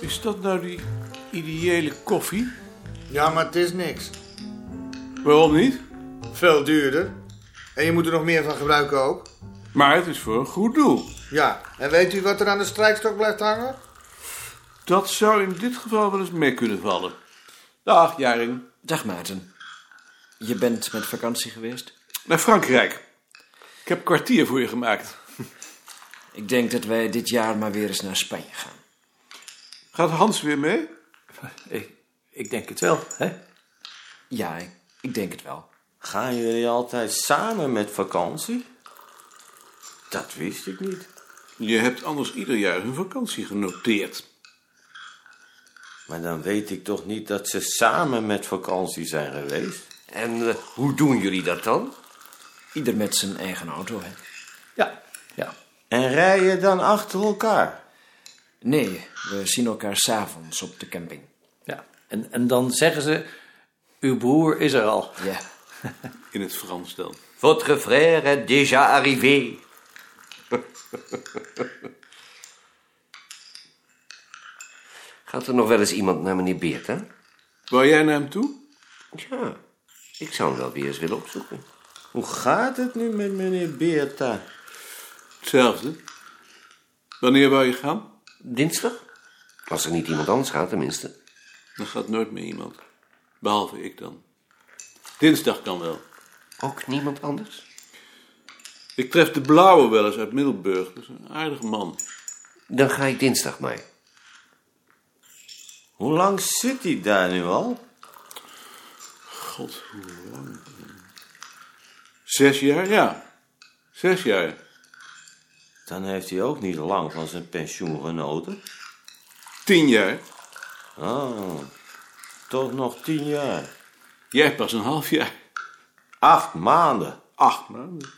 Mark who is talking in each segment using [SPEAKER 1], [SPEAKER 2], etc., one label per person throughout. [SPEAKER 1] Is dat nou die ideële koffie?
[SPEAKER 2] Ja, maar het is niks.
[SPEAKER 1] Waarom niet?
[SPEAKER 2] Veel duurder. En je moet er nog meer van gebruiken ook.
[SPEAKER 1] Maar het is voor een goed doel.
[SPEAKER 2] Ja, en weet u wat er aan de strijkstok blijft hangen?
[SPEAKER 1] Dat zou in dit geval wel eens mee kunnen vallen. Dag, Jaring.
[SPEAKER 3] Dag Maarten. Je bent met vakantie geweest?
[SPEAKER 1] Naar Frankrijk. Ik heb kwartier voor je gemaakt.
[SPEAKER 3] Ik denk dat wij dit jaar maar weer eens naar Spanje gaan.
[SPEAKER 1] Gaat Hans weer mee?
[SPEAKER 4] Ik, ik denk het wel, hè?
[SPEAKER 3] Ja, ik, ik denk het wel.
[SPEAKER 5] Gaan jullie altijd samen met vakantie? Dat wist ik niet.
[SPEAKER 1] Je hebt anders ieder jaar hun vakantie genoteerd.
[SPEAKER 5] Maar dan weet ik toch niet dat ze samen met vakantie zijn geweest. En eh, hoe doen jullie dat dan?
[SPEAKER 3] Ieder met zijn eigen auto, hè?
[SPEAKER 4] Ja, ja.
[SPEAKER 5] En rijden dan achter elkaar?
[SPEAKER 3] Nee, we zien elkaar s'avonds op de camping.
[SPEAKER 4] ja. En, en dan zeggen ze, uw broer is er al.
[SPEAKER 3] Ja.
[SPEAKER 1] In het Frans dan.
[SPEAKER 6] Votre frère est déjà arrivé. Gaat er nog wel eens iemand naar meneer Beert, hè?
[SPEAKER 1] Wou jij naar hem toe?
[SPEAKER 6] Ja, ik zou hem wel weer eens willen opzoeken.
[SPEAKER 5] Hoe gaat het nu met meneer Beerta?
[SPEAKER 1] Hetzelfde. Wanneer wou je gaan?
[SPEAKER 6] Dinsdag? Als er niet iemand anders gaat, tenminste.
[SPEAKER 1] Dan gaat nooit meer iemand. Behalve ik dan. Dinsdag kan wel.
[SPEAKER 6] Ook niemand anders?
[SPEAKER 1] Ik tref de blauwe wel eens uit Middelburg. Dat is een aardig man.
[SPEAKER 6] Dan ga ik dinsdag maar.
[SPEAKER 5] Hoe lang zit hij daar nu al?
[SPEAKER 1] God, hoe lang? Zes jaar, ja. Zes jaar.
[SPEAKER 5] Dan heeft hij ook niet lang van zijn pensioen genoten.
[SPEAKER 1] Tien jaar.
[SPEAKER 5] Oh, toch nog tien jaar.
[SPEAKER 1] Jij pas een half jaar.
[SPEAKER 5] Acht maanden.
[SPEAKER 1] Acht maanden.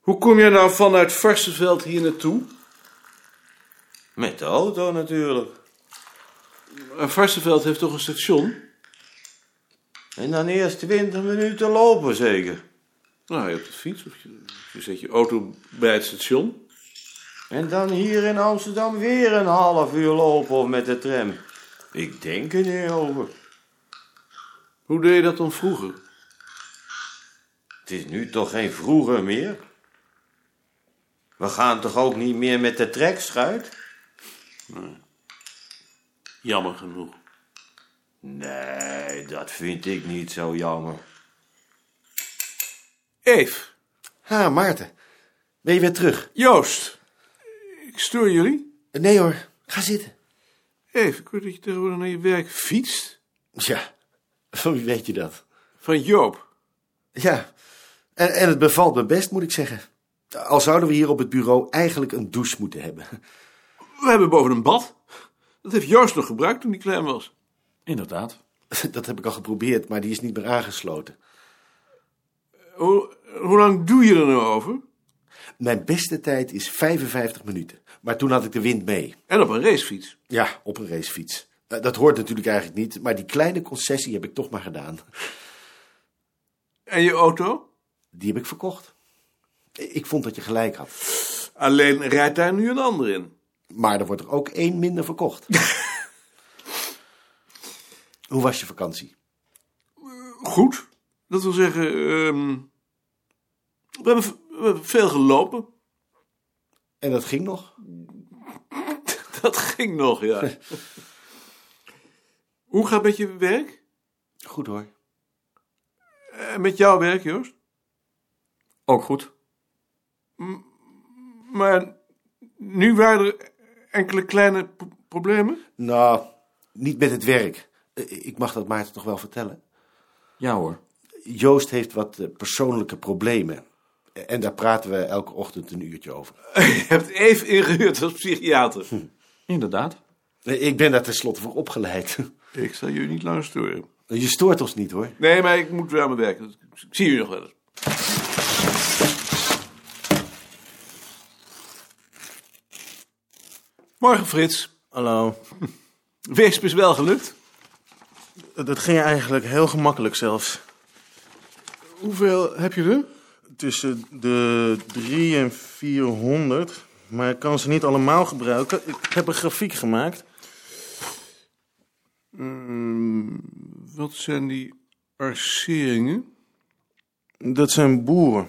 [SPEAKER 1] Hoe kom je nou vanuit Varsenveld hier naartoe?
[SPEAKER 5] Met de auto natuurlijk.
[SPEAKER 1] Eh, Varsenveld heeft toch een station?
[SPEAKER 5] En dan eerst twintig minuten lopen zeker.
[SPEAKER 1] Nou, je hebt de fiets of je, je zet je auto bij het station.
[SPEAKER 5] En dan hier in Amsterdam weer een half uur lopen of met de tram. Ik denk er niet over.
[SPEAKER 1] Hoe deed je dat dan vroeger?
[SPEAKER 5] Het is nu toch geen vroeger meer? We gaan toch ook niet meer met de trekschuit?
[SPEAKER 1] Jammer genoeg.
[SPEAKER 5] Nee, dat vind ik niet zo jammer.
[SPEAKER 1] Eve,
[SPEAKER 7] Ha, Ah, Maarten. Ben je weer terug?
[SPEAKER 1] Joost, ik stoor jullie.
[SPEAKER 7] Nee hoor, ga zitten.
[SPEAKER 1] Eve, ik hoor dat je tegenwoordig naar je werk fietst.
[SPEAKER 7] Ja, van wie weet je dat?
[SPEAKER 1] Van Joop.
[SPEAKER 7] Ja, en, en het bevalt me best, moet ik zeggen. Al zouden we hier op het bureau eigenlijk een douche moeten hebben.
[SPEAKER 1] We hebben boven een bad. Dat heeft Joost nog gebruikt toen hij klein was.
[SPEAKER 4] Inderdaad.
[SPEAKER 7] Dat heb ik al geprobeerd, maar die is niet meer aangesloten.
[SPEAKER 1] Hoe, hoe lang doe je er nou over?
[SPEAKER 7] Mijn beste tijd is 55 minuten, maar toen had ik de wind mee.
[SPEAKER 1] En op een racefiets.
[SPEAKER 7] Ja, op een racefiets. Eh, Dat hoort natuurlijk eigenlijk niet, maar die kleine concessie heb ik toch maar gedaan.
[SPEAKER 1] En je auto?
[SPEAKER 7] Die heb ik verkocht. Ik vond dat je gelijk had,
[SPEAKER 1] Alleen rijdt daar nu een ander in.
[SPEAKER 7] maar er wordt er ook één minder verkocht. Hoe was je vakantie?
[SPEAKER 1] Goed. Dat wil zeggen, ehm, we, hebben, v- we hebben veel gelopen.
[SPEAKER 7] En dat ging nog?
[SPEAKER 1] Dat ging nog, ja. Hoe gaat het met je werk?
[SPEAKER 7] Goed hoor.
[SPEAKER 1] En met jouw werk, Joost?
[SPEAKER 4] Ook goed.
[SPEAKER 1] Maar nu waren er enkele kleine pro- problemen.
[SPEAKER 7] Nou, niet met het werk. Eh, Ik mag dat Maarten toch wel vertellen.
[SPEAKER 3] Ja hoor.
[SPEAKER 7] Joost heeft wat eh, persoonlijke problemen. Eh, En daar praten we elke ochtend een uurtje over.
[SPEAKER 1] Je hebt even ingehuurd als psychiater.
[SPEAKER 4] Inderdaad.
[SPEAKER 7] Eh, Ik ben daar tenslotte voor opgeleid.
[SPEAKER 1] Ik zal jullie niet lang storen.
[SPEAKER 7] Je stoort ons niet hoor.
[SPEAKER 1] Nee, maar ik moet weer aan mijn werk. Dus Ik zie jullie nog wel eens. Morgen, Frits.
[SPEAKER 7] Hallo.
[SPEAKER 1] Weesp is wel gelukt.
[SPEAKER 7] Dat ging eigenlijk heel gemakkelijk zelfs.
[SPEAKER 1] Hoeveel heb je er?
[SPEAKER 7] Tussen de 3 en 400.
[SPEAKER 8] Maar ik kan ze niet allemaal gebruiken. Ik heb een grafiek gemaakt.
[SPEAKER 1] Ehm, wat zijn die arceringen?
[SPEAKER 8] Dat zijn boeren.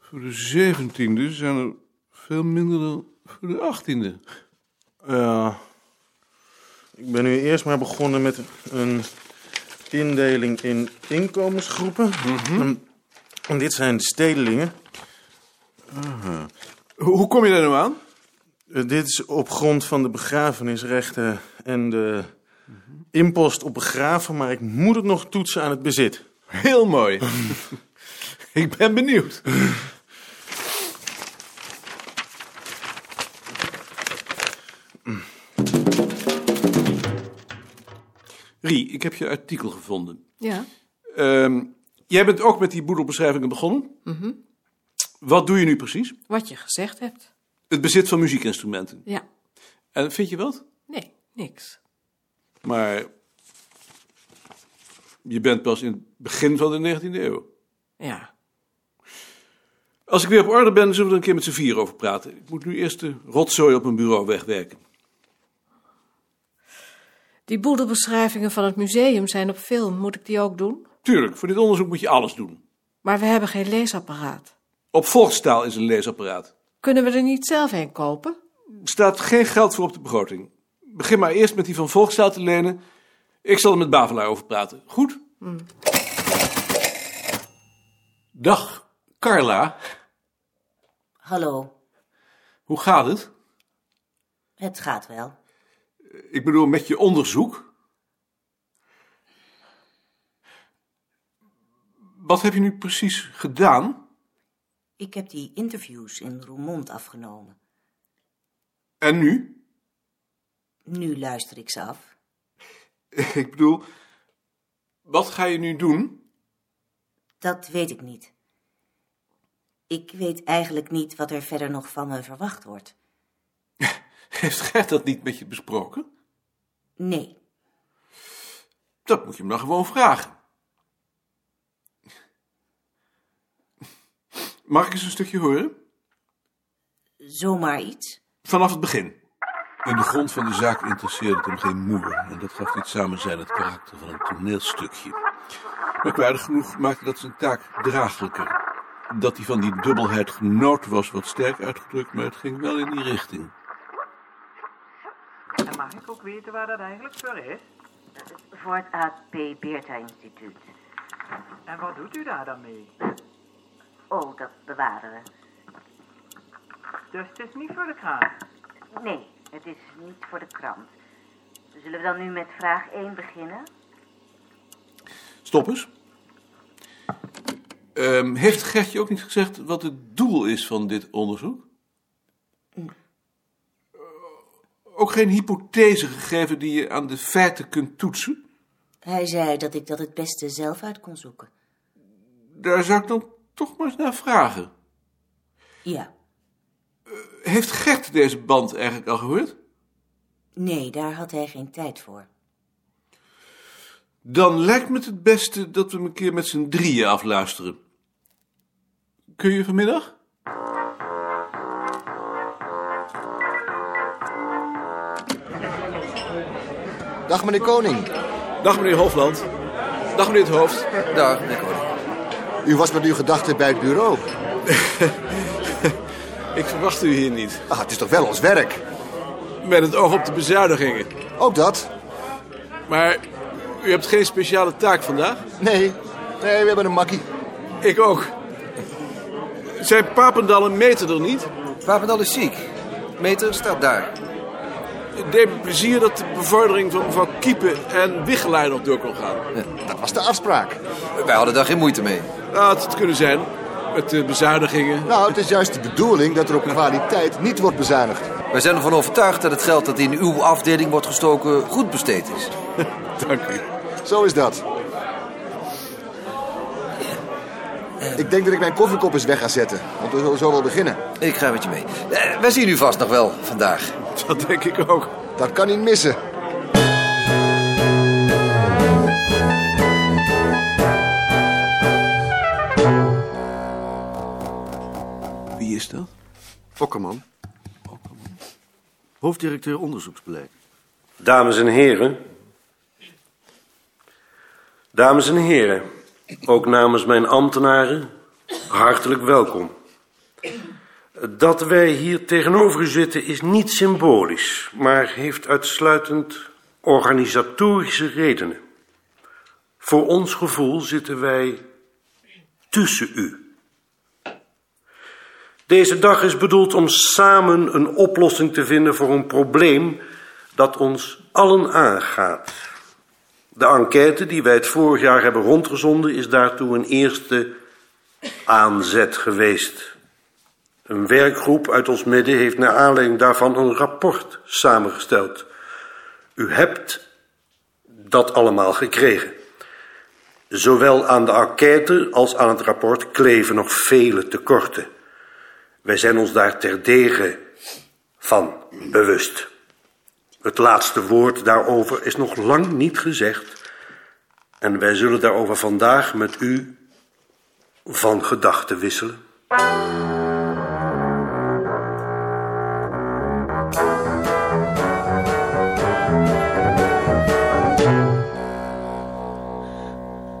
[SPEAKER 1] Voor de zeventiende zijn er veel minder dan voor de achttiende.
[SPEAKER 8] Ja. Eh, Ik ben nu eerst maar begonnen met een indeling in inkomensgroepen.
[SPEAKER 1] Mhm.
[SPEAKER 8] En- en dit zijn de stedelingen.
[SPEAKER 1] Hoe kom je daar nou aan?
[SPEAKER 8] Eh, Dit is op grond van de begrafenisrechten en de impost op begraven, maar ik moet het nog toetsen aan het bezit.
[SPEAKER 1] Heel mooi. Ik ben benieuwd. Rie, ik heb je artikel gevonden.
[SPEAKER 9] Ja.
[SPEAKER 1] Ehm, jij bent ook met die boedelbeschrijvingen begonnen. Wat doe je nu precies?
[SPEAKER 9] Wat je gezegd hebt.
[SPEAKER 1] Het bezit van muziekinstrumenten.
[SPEAKER 9] Ja.
[SPEAKER 1] En vind je wat?
[SPEAKER 9] Nee, niks.
[SPEAKER 1] Maar je bent pas in het begin van de 19e eeuw.
[SPEAKER 9] Ja.
[SPEAKER 1] Als ik weer op orde ben, zullen we er een keer met z'n vier over praten. Ik moet nu eerst de rotzooi op mijn bureau wegwerken.
[SPEAKER 9] Die boedelbeschrijvingen van het museum zijn op film. Moet ik die ook doen?
[SPEAKER 1] Tuurlijk, voor dit onderzoek moet je alles doen.
[SPEAKER 9] Maar we hebben geen leesapparaat.
[SPEAKER 1] Op volkstaal is een leesapparaat.
[SPEAKER 9] Kunnen we er niet zelf een kopen?
[SPEAKER 1] Er staat geen geld voor op de begroting. Begin maar eerst met die van volkstaal te lenen. Ik zal er met Bavelaar over praten. Goed? Dag, Carla.
[SPEAKER 10] Hallo,
[SPEAKER 1] Hoe gaat het?
[SPEAKER 10] het gaat wel.
[SPEAKER 1] Ik bedoel, met je onderzoek. Wat heb je nu precies gedaan?
[SPEAKER 10] Ik heb die interviews in Roermond afgenomen.
[SPEAKER 1] En nu?
[SPEAKER 10] Nu luister ik ze af.
[SPEAKER 1] Ik bedoel, wat ga je nu doen?
[SPEAKER 10] Dat weet ik niet. Ik weet eigenlijk niet wat er verder nog van me verwacht wordt.
[SPEAKER 1] Heeft Gert dat niet met je besproken?
[SPEAKER 10] Nee,
[SPEAKER 1] Dat moet je hem dan gewoon vragen. Mag ik eens een stukje horen?
[SPEAKER 10] zomaar iets.
[SPEAKER 1] Vanaf het begin. In de grond van de zaak interesseerde het hem geen moer. En dat gaf dit samen zijn het karakter van een toneelstukje. Merkwaardig genoeg maakte dat zijn taak draaglijker. Dat hij van die dubbelheid genoot was wat sterk uitgedrukt, maar het ging wel in die richting.
[SPEAKER 11] En mag ik ook weten waar dat eigenlijk voor is?
[SPEAKER 10] Voor het AP Beerta Instituut.
[SPEAKER 11] En wat doet u daar dan mee?
[SPEAKER 10] Oh, dat bewaren we.
[SPEAKER 11] Dus het is niet voor de kraan.
[SPEAKER 10] Nee, het is niet voor de krant. Zullen we dan nu met vraag 1 beginnen?
[SPEAKER 1] Stop eens. Ehm, heeft Gertje ook niet gezegd wat het doel is van dit onderzoek? Eh, Ook geen hypothese gegeven die je aan de feiten kunt toetsen?
[SPEAKER 10] Hij zei dat ik dat het beste zelf uit kon zoeken.
[SPEAKER 1] Daar zou ik dan toch maar eens naar vragen.
[SPEAKER 10] Ja,
[SPEAKER 1] Heeft Gert deze band eigenlijk al gehoord?
[SPEAKER 10] nee, daar had hij geen tijd voor.
[SPEAKER 1] Dan lijkt me het het beste dat we hem een keer met z'n drieën afluisteren. Kun je vanmiddag?
[SPEAKER 6] Dag meneer Koning.
[SPEAKER 1] Dag meneer Hofland. Dag meneer het Hoofd.
[SPEAKER 6] Dag meneer Koning.
[SPEAKER 2] U was met uw gedachten bij het bureau.
[SPEAKER 1] Ik verwacht u hier niet.
[SPEAKER 2] Ah, het is toch wel ons werk?
[SPEAKER 1] Met het oog op de bezuinigingen.
[SPEAKER 2] Ook dat?
[SPEAKER 1] Maar u hebt geen speciale taak vandaag?
[SPEAKER 2] Nee. Nee, we hebben een makkie.
[SPEAKER 1] Ik ook. Zijn Papendal en Meter er niet?
[SPEAKER 6] Papendal is ziek. Meter staat daar.
[SPEAKER 1] Het deed me plezier dat de bevordering van mevrouw Kiepen en Wichelaar nog door kon gaan.
[SPEAKER 2] Dat was de afspraak.
[SPEAKER 6] Wij hadden daar geen moeite mee.
[SPEAKER 1] Nou, het had kunnen zijn. Met de bezuinigingen.
[SPEAKER 2] Nou, het is juist de bedoeling dat er op kwaliteit niet wordt bezuinigd.
[SPEAKER 6] Wij zijn ervan overtuigd dat het geld dat in uw afdeling wordt gestoken goed besteed is.
[SPEAKER 1] Dank u.
[SPEAKER 2] Zo is dat. Ik denk dat ik mijn koffiekop eens weg ga zetten. Want we zullen zo wel beginnen.
[SPEAKER 6] Ik ga met je mee. Eh, Wij zien u vast nog wel vandaag.
[SPEAKER 1] Dat denk ik ook.
[SPEAKER 2] Dat kan niet missen.
[SPEAKER 1] Wie is dat?
[SPEAKER 12] Okkerman.
[SPEAKER 13] Hoofddirecteur onderzoeksbeleid.
[SPEAKER 7] Dames en heren. Dames en heren. Ook namens mijn ambtenaren. Hartelijk welkom. Dat wij hier tegenover u zitten is niet symbolisch, maar heeft uitsluitend organisatorische redenen. Voor ons gevoel zitten wij tussen u. Deze dag is bedoeld om samen een oplossing te vinden voor een probleem dat ons allen aangaat. De enquête die wij het vorig jaar hebben rondgezonden is daartoe een eerste aanzet geweest. Een werkgroep uit ons midden heeft naar aanleiding daarvan een rapport samengesteld. U hebt dat allemaal gekregen. Zowel aan de enquête als aan het rapport kleven nog vele tekorten. Wij zijn ons daar terdege van bewust. Het laatste woord daarover is nog lang niet gezegd. En wij zullen daarover vandaag met u van gedachten wisselen.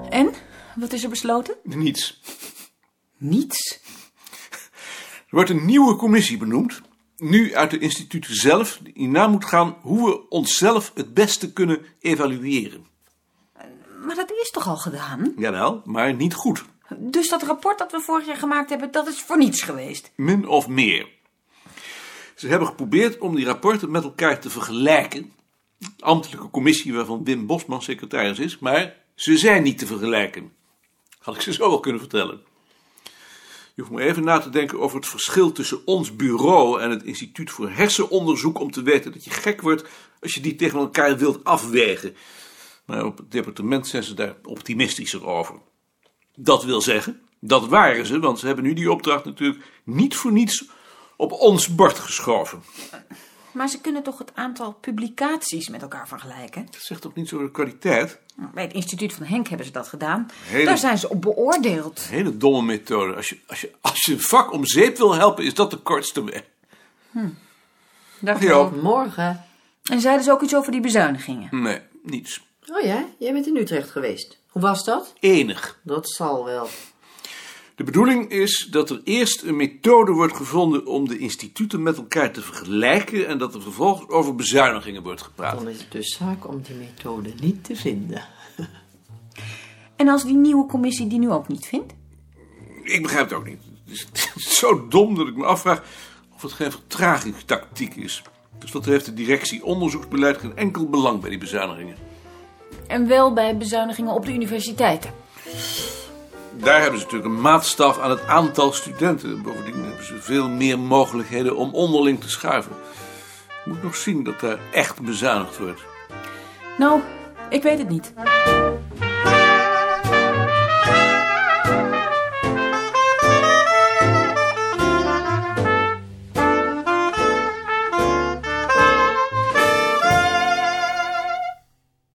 [SPEAKER 14] En? Wat is er besloten?
[SPEAKER 1] Niets.
[SPEAKER 14] Niets?
[SPEAKER 1] Er wordt een nieuwe commissie benoemd. Nu uit de instituten zelf, die na moet gaan hoe we onszelf het beste kunnen evalueren.
[SPEAKER 14] Maar dat is toch al gedaan?
[SPEAKER 1] Jawel, maar niet goed.
[SPEAKER 14] Dus dat rapport dat we vorig jaar gemaakt hebben, dat is voor niets geweest.
[SPEAKER 1] Min of meer. Ze hebben geprobeerd om die rapporten met elkaar te vergelijken. De ambtelijke commissie waarvan Wim Bosman secretaris is, maar ze zijn niet te vergelijken. Had ik ze zo wel kunnen vertellen. Je hoeft maar even na te denken over het verschil tussen ons bureau en het Instituut voor Hersenonderzoek om te weten dat je gek wordt als je die tegen elkaar wilt afwegen. Maar op het departement zijn ze daar optimistischer over. Dat wil zeggen, dat waren ze, want ze hebben nu die opdracht natuurlijk niet voor niets op ons bord geschoven.
[SPEAKER 14] Maar ze kunnen toch het aantal publicaties met elkaar vergelijken?
[SPEAKER 1] Dat zegt toch niets over de kwaliteit?
[SPEAKER 14] Bij het instituut van Henk hebben ze dat gedaan.
[SPEAKER 1] Hele-
[SPEAKER 14] Daar zijn ze op beoordeeld.
[SPEAKER 1] Hele domme methode. Als je, als, je, als je een vak om zeep wil helpen, is dat de kortste weg.
[SPEAKER 14] Dag
[SPEAKER 1] Ja.
[SPEAKER 14] Joop.
[SPEAKER 15] Morgen.
[SPEAKER 14] En zeiden ze ook iets over die bezuinigingen?
[SPEAKER 1] Nee, niets.
[SPEAKER 15] Oh ja, jij bent in Utrecht geweest. Hoe was dat?
[SPEAKER 1] Enig.
[SPEAKER 15] Dat zal wel.
[SPEAKER 1] De bedoeling is dat er eerst een methode wordt gevonden om de instituten met elkaar te vergelijken en dat er vervolgens over bezuinigingen wordt gepraat.
[SPEAKER 15] Dan is het dus zaak om die methode niet te vinden.
[SPEAKER 14] En als die nieuwe commissie die nu ook niet vindt?
[SPEAKER 1] Ik begrijp het ook niet. Het is, het is zo dom dat ik me afvraag of het geen vertragingstactiek is. Dus wat heeft de directie onderzoeksbeleid geen enkel belang bij die bezuinigingen.
[SPEAKER 14] En wel bij bezuinigingen op de universiteiten.
[SPEAKER 1] Daar hebben ze natuurlijk een maatstaf aan het aantal studenten. Bovendien hebben ze veel meer mogelijkheden om onderling te schuiven. Ik moet nog zien dat daar echt bezuinigd wordt.
[SPEAKER 14] Nou, ik weet het niet.